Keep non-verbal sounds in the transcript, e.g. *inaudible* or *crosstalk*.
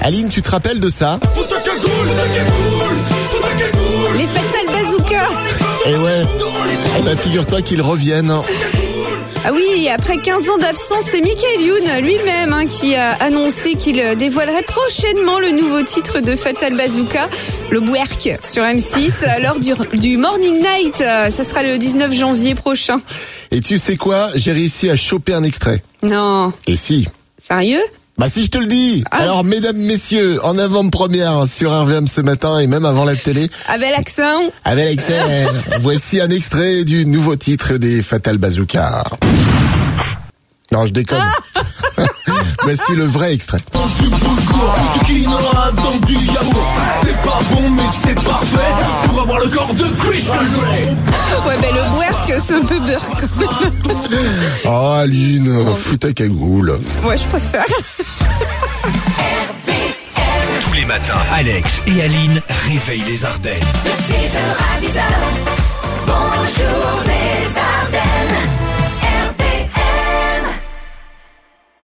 Aline, tu te rappelles de ça Les Fatal Bazooka Eh ouais. Eh ben, figure-toi qu'ils reviennent. Ah oui, après 15 ans d'absence, c'est Michael Youn lui-même hein, qui a annoncé qu'il dévoilerait prochainement le nouveau titre de Fatal Bazooka, le Bwerk, sur M6, euh, lors du, du Morning Night. Euh, Ça sera le 19 janvier prochain. Et tu sais quoi J'ai réussi à choper un extrait. Non, Et si sérieux Bah si je te le dis. Ah. Alors mesdames, messieurs, en avant-première sur RVM ce matin et même avant la télé, Avec l'accent avec Axel, *laughs* voici un extrait du nouveau titre des Fatal Bazooka. Non, je déconne. *laughs* voici le vrai extrait. du boulgour, qui n'aura donc du yaourt. C'est pas bon, mais c'est parfait pour avoir le corps de Christian Grey. Ouais, ben le Bwerk, c'est un peu beurre quand même. Oh Aline, fous ta cagoule. Moi, je préfère. Tous les matins, Alex et Aline réveillent les Ardennes. De 6h à 10h,